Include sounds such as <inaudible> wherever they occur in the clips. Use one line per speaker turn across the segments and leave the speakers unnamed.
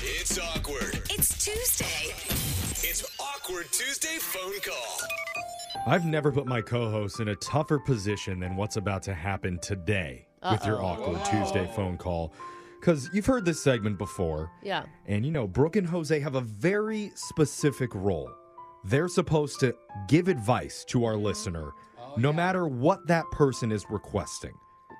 It's awkward.
It's Tuesday.
It's awkward Tuesday phone call.
I've never put my co-host in a tougher position than what's about to happen today with your awkward Tuesday phone call. Cuz you've heard this segment before.
Yeah.
And you know, Brooke and Jose have a very specific role. They're supposed to give advice to our listener no matter what that person is requesting.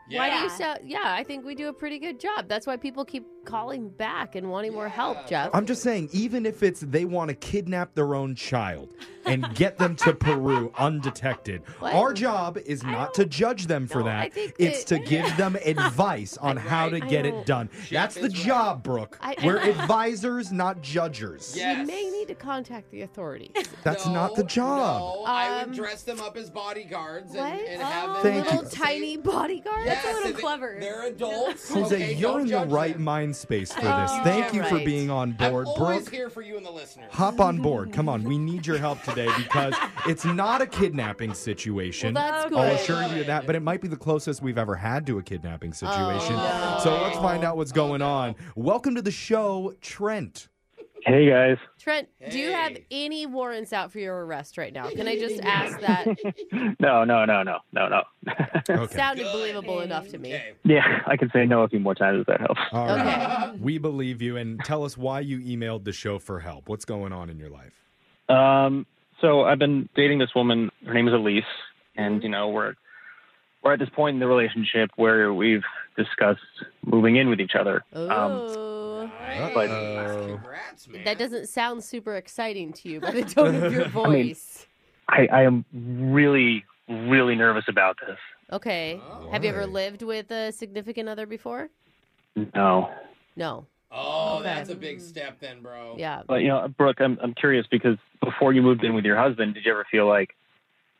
Why do you sound? Yeah, I think we do a pretty good job. That's why people keep calling back and wanting more help, Jeff.
I'm just saying even if it's they want to kidnap their own child and get them to Peru undetected.
What?
Our job is not to judge them for
No, I
that.
think
It's
that-
to give
<laughs>
them advice on how to
I
get
don't-
it done. That's the job, Brooke.
I-
We're advisors, not judgers.
you
Yes.
may need to contact the authorities.
That's
No,
not the job.
No, I
Um,
would dress them up as bodyguards
what? Oh,
and, and have them.
Thank
little
you.
tiny bodyguard.
Yes,
little
they-
clever.
They're adults.
<laughs> Jose,
okay,
you're
don't
in the
judge
right
them.
mind space for
Oh,
this. Thank you for
right.
being on
I'm
board,
always
Brooke.
here for you and the listeners.
Hop on board. Come on, we need your help today because it's not a kidnapping situation.
Well, that's
I'll
good. Oh,
assure you of that, but it might be the closest we've ever had to a kidnapping situation. So let's find out what's going on. Welcome to the show,
<laughs>
Trent.
Hey guys,
Trent, do you have
Hey.
any warrants out for your arrest right now?
<laughs>
Can I just ask that?
<laughs> no, no, no, no, no, no.
<laughs> Okay.
Sounded believable enough to me.
Okay.
yeah, <laughs> I can say no a few more times if that helps.
All
Okay.
right. We believe you and tell us why you emailed the show for help. What's going on in your life?
Um, so I've been dating this woman. Her name is Elise, and you know we're we're at this point in the relationship where we've discussed moving in with each other.
Um,
Oh,
But-
Nice. Congrats, man.
that doesn't sound super exciting to you by
<laughs>
the tone of your voice.
I, I am really, really nervous about this.
Oh.
Okay. Have you ever
Why?
lived with a significant other before?
No,
No.
Oh,
Okay.
that's a big step then, bro.
Yeah.
but you know, Brooke, I'm I'm curious because before you moved in with your husband, did you ever feel like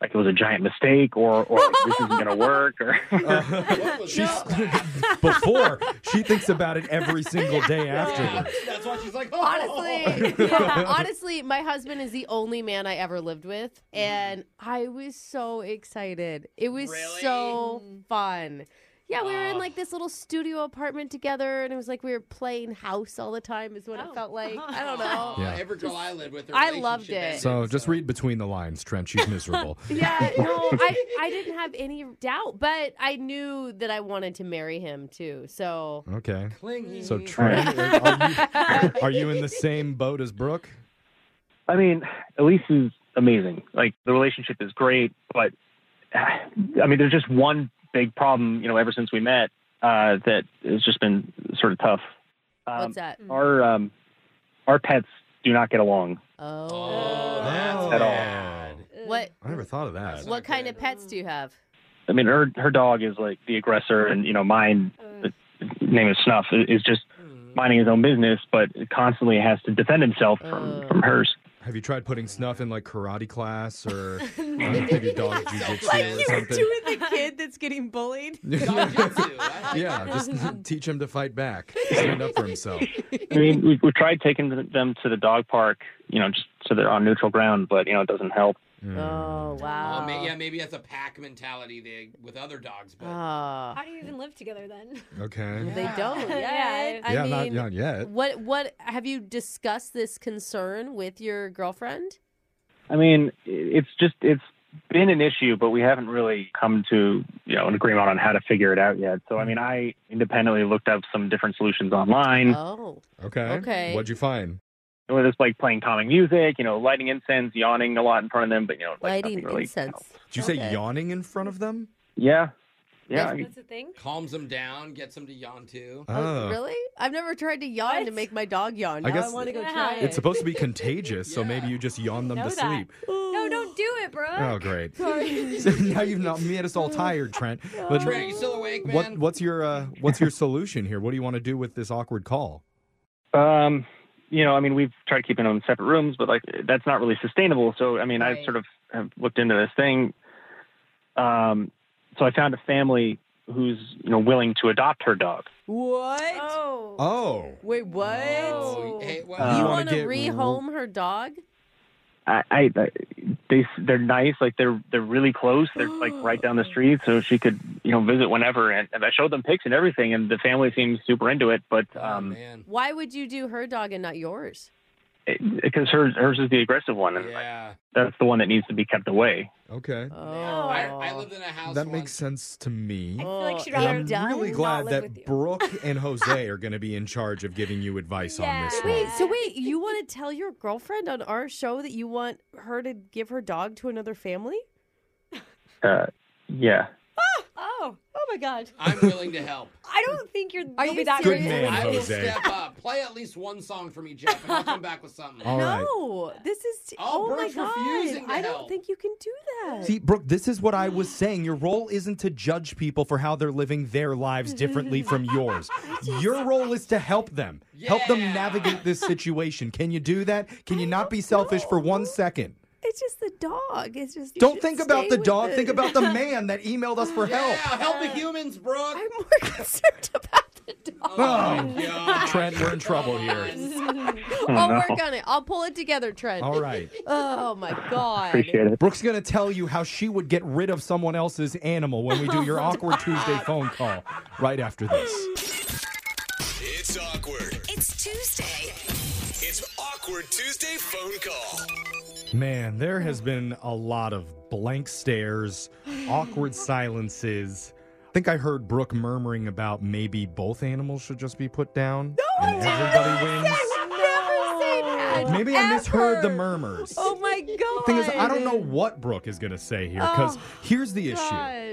like it was a giant mistake or or like, this isn't gonna work or? <laughs>
What was
She's
that?
<laughs> before she thinks about it every single day afterwards.
That's why she's like, oh.
<laughs>
Honestly, yeah, <laughs> honestly, my husband is the only man I ever lived with,
Mm-hmm.
and I was so excited. It was
Really?
so
Mm.
fun. Yeah, we were in
Oh.
like this little studio apartment together, and it was like we were playing house all the time. Is
Oh.
what it felt like. I don't
<laughs>
know.
Aw,
Yeah.
Oh, Every girl I lived with, her
I loved
relationship
it.
ended,
So just read between the lines, Trent. She's miserable.
<laughs>
Yeah, no, I, I didn't have any doubt, but I knew that I wanted to marry him too.
<laughs>
So
Okay.
Clingy.
So Trent, are you, are you in
<laughs>
the same boat as Brooke?
I mean, Elise is amazing. Like the relationship is great, but I mean, there's just one big problem. You know, ever since we met, uh, that has just been sort of tough. Um,
what's that?
Our um, our pets do not get along.
uh,
Oh,
Oh,
that's
Oh.
bad.
what
I never thought of that.
That's
uh,
what
not
kind
good.
of pets do you
<laughs>
have?
I mean, her her dog is like the aggressor, and you know, mine,
Mm.
the name is Snuff, i- is just minding his own business, but constantly has to defend himself from
Oh.
from hers.
Have you tried putting snuff in like karate class
<laughs>
or uh, maybe dog jujitsu or something?
the kid that's getting bullied.
Jujitsu,
<laughs>
I like
yeah, just
<laughs>
teach him to fight back, stand up for himself.
I mean, we we tried taking them to the dog park, you know, just so they're on neutral ground, but you know, it doesn't help.
Mm.
Oh wow.
Oh, may- yeah, maybe that's a pack mentality they, with other dogs, but
Ah.
How do you even live together then? <laughs>
Okay.
They don't.
Yeah.
yet. I
yeah, not,
mean,
not yet.
what what have you discussed this concern with your girlfriend?
I mean, it's just it's been an issue, but we haven't really come to you know an agreement on how to figure it out yet. So I mean, I independently looked up some different solutions online,
Oh,
Okay.
Okay.
What'd you find?
whether it's like playing calming music, you know, lighting incense, yawning a lot in front of them, but you know, like
lighting
nothing really
incense.
helped.
Did you say
Okay.
yawning in front of them?
Yeah, yeah. I mean,
That's the thing.
calms them down, gets them to yawn too.
Uh,
Oh, really? I've never tried to yawn to
What?
make my dog yawn.
I
Now I,
guess
want to go
Yeah.
try it.
It's supposed to
<laughs>
be contagious, so maybe
Yeah.
you just yawn them
Know
to
that.
sleep.
No, don't do it, bro.
Oh,
<laughs>
great.
<laughs>
<laughs> so now you've not made us all tired, Trent. But
Trent, are you still awake, man?
what, what's your uh, what's your solution here? What do you want to do with this awkward call?
Um, you know, I mean, we've tried keeping them in separate rooms, but like that's not really sustainable. So, I mean,
Right.
I sort of have looked into this thing. Um, so I found a family who's you know willing to adopt her dog.
what?
Oh.
Oh.
Wait, what?
Oh, hey, well,
Uh,
you
You
wanna
want to
get-
rehome her dog?
I, I, I they s- they're nice like they're they're really close they're like right down the
Oh.
street so she could you know visit whenever and, and i showed them pics and everything and the family seems super into it but
oh,
um
man.
Why would you do her dog and not yours?
because hers hers is the aggressive one and
Yeah.
that's the one that needs to be kept away
Okay.
Oh,
I, I lived in a house
That makes
once.
sense to me.
feel like she'd
Oh,
rather
And
it
I'm really
does
not
glad
live with
that
you.
Brooke
<laughs>
and Jose are going to be in charge of giving you advice on this
Yeah.
one.
Wait, so wait, you
<laughs>
want to tell your girlfriend on our show that you want her to give her dog to another family?
uh yeah
Oh, oh my God!
I'm willing
<laughs>
to help.
I don't think you're.
Are
you'll
you
be that
Good
serious?
man,
I will
Jose.
step up. Play at least one song for me, Jeff, and I'll come back with something.
All right.
no, this is.
Oh,
oh my
Brooke's
god!
refusing to
I don't
help.
think you can do that.
See, Brooke, this is what I was saying. Your role isn't to judge people for how they're living their lives differently
<laughs>
from yours. Your role is to help them, help them
Yeah.
navigate this situation. Can you do that? Can you not
<laughs>
be selfish for one second?
it's just the dog. It's just. you
Don't
should
think about
stay
the
with
dog.
it.
Think about the man that emailed us for
Yeah,
help.
help the humans,
<laughs>
Brooke.
I'm more <laughs> concerned about the dog.
Oh, my
Oh.
<laughs>
God.
Trent, we're in trouble here.
I'll
Oh,
no.
work on it. I'll pull it together, Trent.
All right.
Oh
<laughs>
my god.
appreciate it
Brooke's going to tell you how she would get rid of someone else's animal when we do
<laughs> Oh,
your Awkward Tuesday phone call right after this.
It's awkward.
It's Tuesday.
It's awkward Tuesday phone call.
Man, there has been a lot of blank stares, awkward silences. I think I heard Brooke murmuring about maybe both animals should just be put down. No, and everybody wins.
Never say that.
Maybe I misheard the
ever.
murmurs.
Oh my god.
Thing is, I don't know what Brooke is going to say here because
Oh,
here's the
God.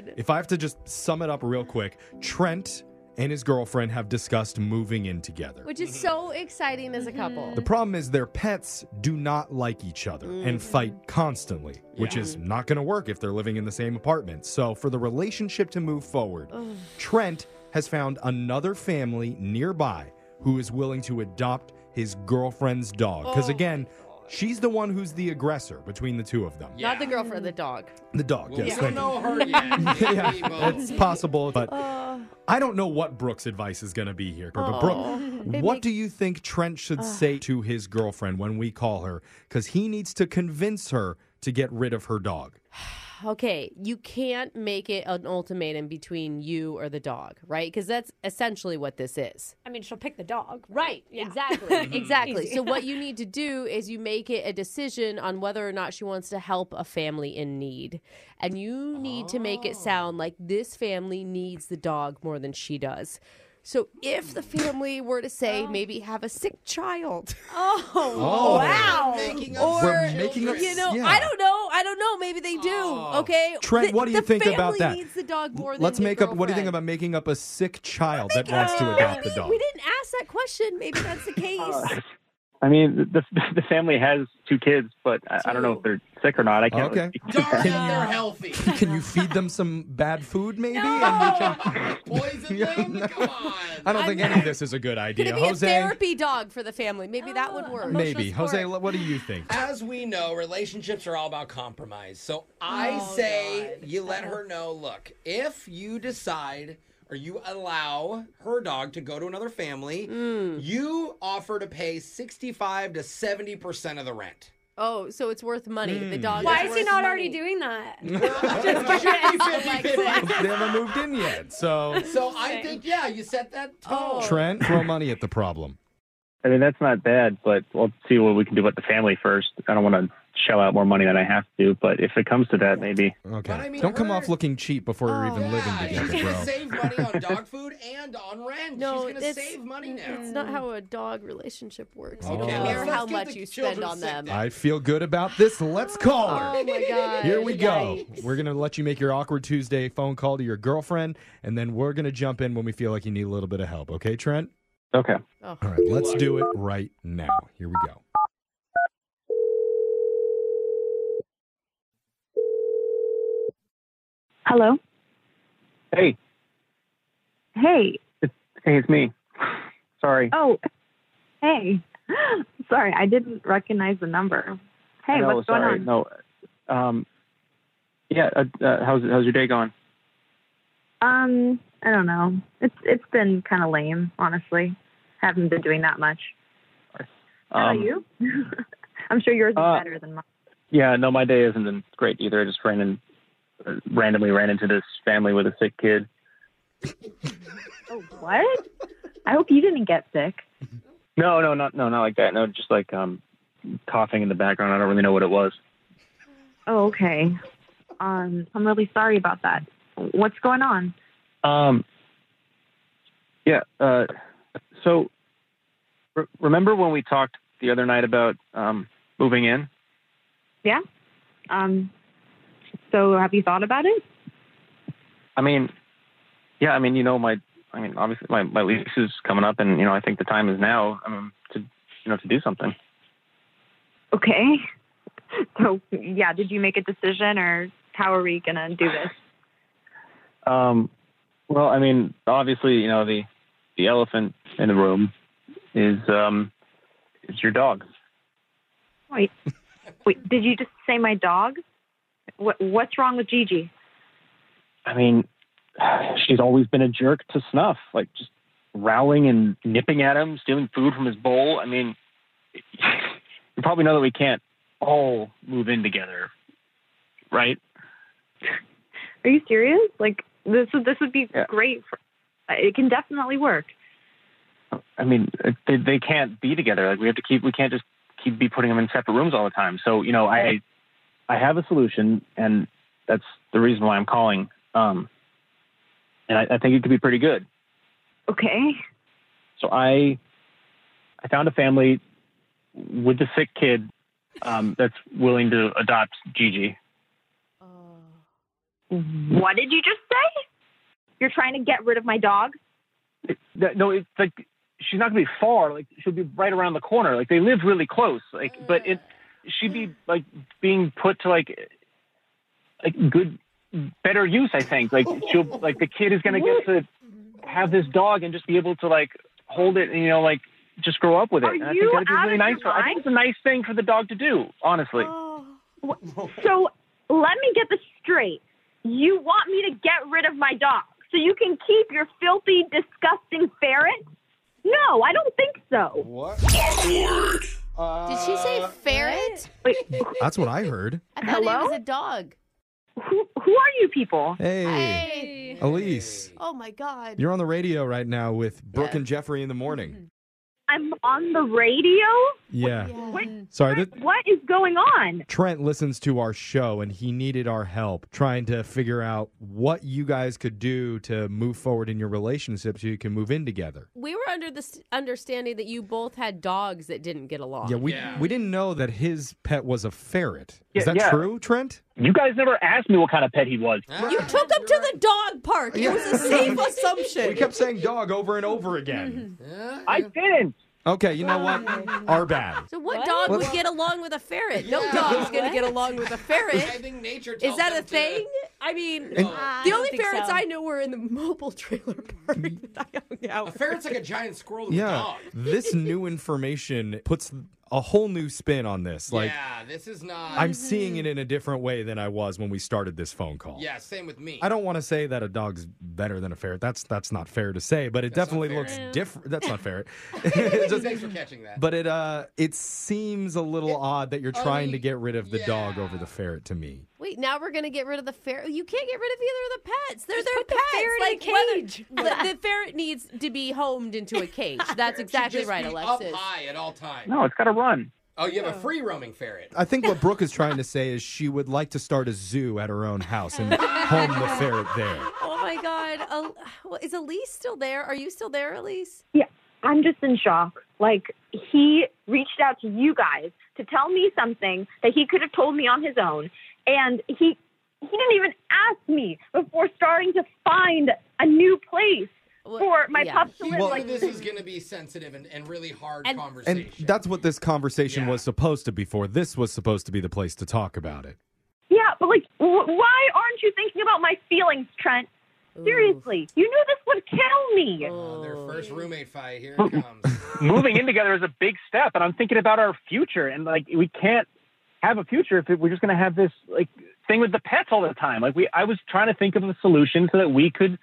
issue. If I have to just sum it up real quick, Trent and his girlfriend have discussed moving in together.
Which is so exciting as a couple.
Mm-hmm.
The problem is their pets do not like each other and
Mm-hmm.
fight constantly, which is not going to work if they're living in the same apartment. So, for the relationship to move forward, Trent has found another family nearby who is willing to adopt his girlfriend's dog. Because,
Oh.
again, she's the one who's the aggressor between the two of them.
Yeah.
Not the girlfriend, the dog.
The dog,
Well,
yes.
we don't
thank you.
know her
<laughs>
yet.
yeah,
Maybe both.
it's possible, but
Uh,
I don't know what Brooke's advice is going to be here.
Oh.
But, but
<laughs>
Brooke, what do you think Trent should say to his girlfriend when we call her? Because he needs to convince her to get rid of her dog.
Okay, you can't make it an ultimatum between you or the dog, right? Because that's essentially what this is.
I mean, she'll pick the dog.
Right,
Yeah.
exactly. <laughs> exactly.
Easy.
So, what you need to do is you make it a decision on whether or not she wants to help a family in need. And you need to make it sound like this family needs the dog more than she does. So, if the family were to say, maybe have a sick child.
Oh,
Wow.
Making up
Or,
We're making up-
you know,
yeah.
I don't know. I don't know. Maybe they do.
Oh.
Okay.
Trent, what do you
the
think about
family
that?
Needs the dog more than
Let's
the
make up. What do you think about
girlfriend.
making up a sick child that wants to adopt the dog? Uh,
We didn't ask that question. Maybe that's
<laughs>
the case.
i mean the the family has two kids but i, I don't know
Two.
if they're sick or not i can't
Okay.
speak to
Darn it,
<laughs>
that.
they're healthy.
Can
<laughs>
you feed them some bad food, maybe?
<laughs>
Poison them? Come on.
I don't think any of this is a good
Could
idea,
it be
Jose.
a therapy dog for the family? Maybe that
Oh.
would work.
maybe
Emotional
Jose.
support.
What do you
<laughs>
think?
As we know, relationships are all about compromise. So I
Oh,
say you let her know look, if you decide or you allow her dog to go to another family,
Hmm.
you offer to pay 65 to 70% of
<laughs>
the rent.
Oh, so it's worth money.
Hmm.
The dog.
Why
is
is he
worth
not
money.
already
<laughs>
doing that?
they haven't moved in yet,
<laughs>
so
So I think, yeah, you set that
Oh,
tone.
Trent, throw money at the problem.
I mean, that's not bad, but we'll see what we can do about the family first. I don't want to shell out more money than I have to, but if it comes to that, maybe.
Okay.
But I mean,
Don't come
her- Oh,
off looking cheap before you're even
Yeah, <laughs>
living
she's
together,
gonna
bro.
save money on dog food and on rent.
No,
she's gonna
that's-
save money
It's
now.
not how a dog relationship works. You
Okay,
don't
let's-
care
let's
how
get
much
the
you spend
children
on
sick
them.
then.
I feel good about this. Let's call her.
Oh my
<laughs>
god.
Here we go.
Yikes.
We're going to let you make your awkward Tuesday phone call to your girlfriend, and then we're going to jump in when we feel like you need a little bit of help. Okay, Trent?
Okay.
Oh.
All right, let's do it right now. Here we go.
Hello.
Hey,
Hey.
hey, it's me. Sorry.
Oh, hey. Sorry, I didn't recognize the number. Hey,
no,
what's going
sorry.
on?
No. Um, yeah. Uh, uh, how's how's your day going?
Um, I don't know. It's it's been kind of lame, honestly. Haven't been doing that much.
Um,
How about you? <laughs> I'm sure yours is
uh,
better than mine.
Yeah, no, my day hasn't been great either. I just ran in, uh, randomly ran into this family with a sick kid.
Oh, what? I hope you didn't get sick.
No, no, not no, not like that. No, just like um, coughing in the background. I don't really know what it was.
Oh, okay. Um, I'm really sorry about that. What's going on?
Um, yeah. Uh, so re- remember when we talked the other night about um, moving in?
Yeah. Um, so have you thought about it?
I mean, yeah. I mean, you know, my I mean, obviously my my lease is coming up, and you know, I think the time is now. I mean, to you know, to do something.
Okay. <laughs> So yeah, did you make a decision, or how are we gonna do this?
Um, well, I mean, obviously, you know, the the elephant in the room is um, is your dog.
Wait, wait. Did you just say my dog? What, what's wrong with Gigi?
I mean, she's always been a jerk to Snuff, like just growling and nipping at him, stealing food from his bowl. I mean, <laughs> you probably know that we can't all move in together, right?
Are you serious? Like this? would- This would be
Yeah.
great. For, it can definitely work.
I mean, they, they can't be together. Like we have to keep, we can't just keep be putting them in separate rooms all the time. So you know, I, I have a solution, and that's the reason why I'm calling. Um, and I, I think it could be pretty good.
Okay.
So I, I found a family with a sick kid um, that's willing to adopt Gigi.
What did you just say? You're trying to get rid of my dog?
That- No, it's like she's not gonna be far. Like she'll be right around the corner. Like they live really close. Like, but it she'd be like being put to like like good better use. I think like she'll like the kid is gonna get to have this dog and just be able to like hold it and you know like just grow up with it.
Are
and I
you
think that'd be
out
really
of
nice.
your
For, I think
mind? Oh.
it's a nice thing for the dog to do. Honestly,
So let me get this straight. You want me to get rid of my dog so you can keep your filthy, disgusting ferret? No, I don't think so.
What?
Awkward.
Did she
Uh,
say ferret?
Wait,
That's what I heard.
I thought it
Hello?
was a dog.
who, who are
<laughs>
you people?
Hey,
Hey.
Elise,
Oh my god.
you're on the radio right now with Brooke
Yeah.
and Jeffrey in the
Mm-hmm.
morning.
I'm on the radio?
Yeah.
What,
Sorry, that
what is going on?
Trent listens to our show and he needed our help trying to figure out what you guys could do to move forward in your relationship so you can move in together.
We were under the s- understanding that you both had dogs that didn't get along.
Yeah, we we didn't know that his pet was a ferret. Is
Yeah,
that
yeah.
true, Trent?
you guys never asked me what kind of pet he was.
You took them to the dog park. It was a safe assumption.
We kept saying dog over and over again.
I didn't.
Okay, you know what? Our bad.
So what,
What?
dog
Let's-
would get along with a ferret? No
Yeah.
dog's gonna
What?
get along with a
I
ferret.
think nature
Is
tells
that
them
a
to-
thing? I mean,
And-
the only ferrets I knew were in the <laughs> mobile trailer park that I hung out.
A ferret's like a giant squirrel with a
Yeah.
dog.
This new information puts a whole new spin on this. Like
yeah, this is not.
I'm seeing it in a different way than I was when we started this phone call.
yeah, same with me.
I don't want to say that a dog's better than a ferret. That's that's not fair to say, but it
That's not
definitely
fair.
looks different. That's not fair. <laughs> It just-
Thanks for catching that.
but it uh it seems a little odd that you're trying to
mean,
get rid of the dog
yeah.
over the ferret to me.
Wait, now we're gonna get rid of the ferret. You can't get rid of either of the pets. They're their
put the
pets.
ferret in a
like,
cage.
The, the ferret needs to be homed into a cage. <laughs> That's
It should
exactly
just
right,
be
Alexis.
Up high at all times.
No, it's got to run.
Oh, you have a free roaming ferret.
I think what Brooke is trying to say is she would like to start a zoo at her own house and home the ferret there.
Oh my God, Al- well, is Elise still there? Are you still there, Elise?
I'm just in shock. Like, he reached out to you guys to tell me something that he could have told me on his own. And he, he didn't even ask me before starting to find a new place
Well,
for my
yeah.
pups to
You
live.
knew
like,
this is going to be sensitive and, and really hard
And-
conversation.
And that's what this conversation
Yeah.
was supposed to be for. This was supposed to be the place to talk about it.
yeah, but like, wh- why aren't you thinking about my feelings, Trent? Seriously, you knew this would kill me.
Oh, their
Oh.
first roommate
<laughs>
fight. Here it comes.
moving in together is a big step and i'm thinking about our future and like we can't have a future if we're just going to have this like thing with the pets all the time like we i was trying to think of a solution so that we could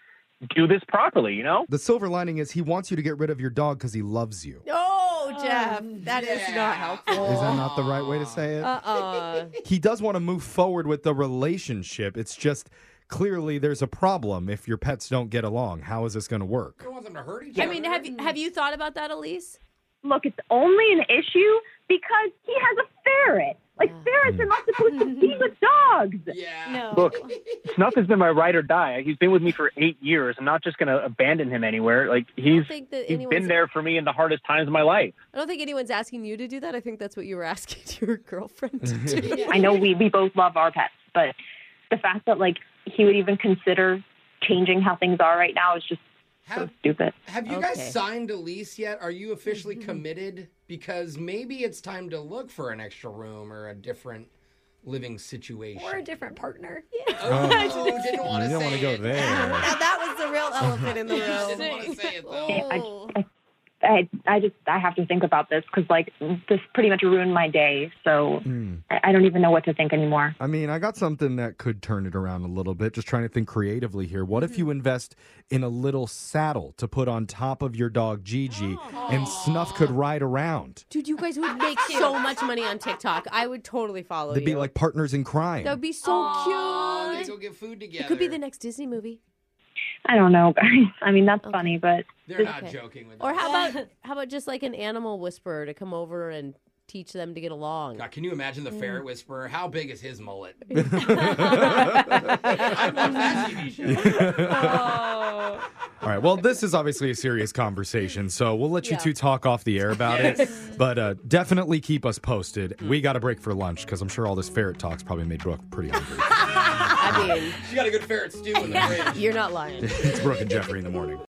do this properly you know
The silver lining is he wants you to get rid of your dog because he loves you.
No, No, Oh, Jeff, that is not helpful.
Is that not the right way to say it?
Uh,
he does want to move forward with the relationship. It's just clearly there's a problem if your pets don't get along. How is this going to work?
I don't want them to hurt each
I
other.
mean, have you, have you thought about that, Elise?
Look, it's only an issue because he has a ferret. Like ferrets are not
<laughs>
supposed to be with dogs.
yeah.
No.
Look, Snuff has been my ride or die. He's been with me for eight years. I'm not just going to abandon him anywhere. Like he's
think that
he's
anyone's-
been there for me in the hardest times of my life.
I don't think anyone's asking you to do that. I think that's what you were <laughs> asking your girlfriend to do.
I know we, we both love our pets, but the fact that like he would even consider changing how things are right now is just so
Have,
stupid.
have you
Okay. Mm-hmm.
guys signed a lease yet? Are you officially committed? Because maybe it's time to look for an extra room or a different living situation.
Or a different partner.
oh, didn't want
You
to
don't want
say
to go
it. <laughs>
there.
Now, that was the real elephant in the
Didn't
room.
want to say it though.
Oh.
I I just I have to think about this because like this pretty much ruined my day. So I, I don't even know what to think anymore.
Hmm. I mean, I got something that could turn it around a little bit. Just trying to think creatively here. What if you invest in a little saddle to put on top of your dog Gigi and Snuff could ride around?
<laughs> Dude, you guys would make so much money on TikTok. I would totally follow
They'd
you.
be like partners in crime.
that would be so
Oh, they
cute.
go get food together.
It could be the next Disney movie.
I don't know, guys. I mean that's funny, but
They're not
Okay.
joking with
Or
that.
how <laughs> about how about just like an animal whisperer to come over and teach them to get along?
God, can you imagine
Mm.
the ferret whisperer? How big is
<laughs>
his mullet?
All right. Well, this is obviously a serious conversation, so we'll let you two talk off the air about it. <laughs> But uh, definitely keep us posted. We got a break for lunch because I'm sure all this ferret talk's probably made Brooke pretty hungry.
I mean,
She got a good ferret stew in the
<laughs>
fridge.
you're not lying.
it's Brooke and Jeffrey in the morning.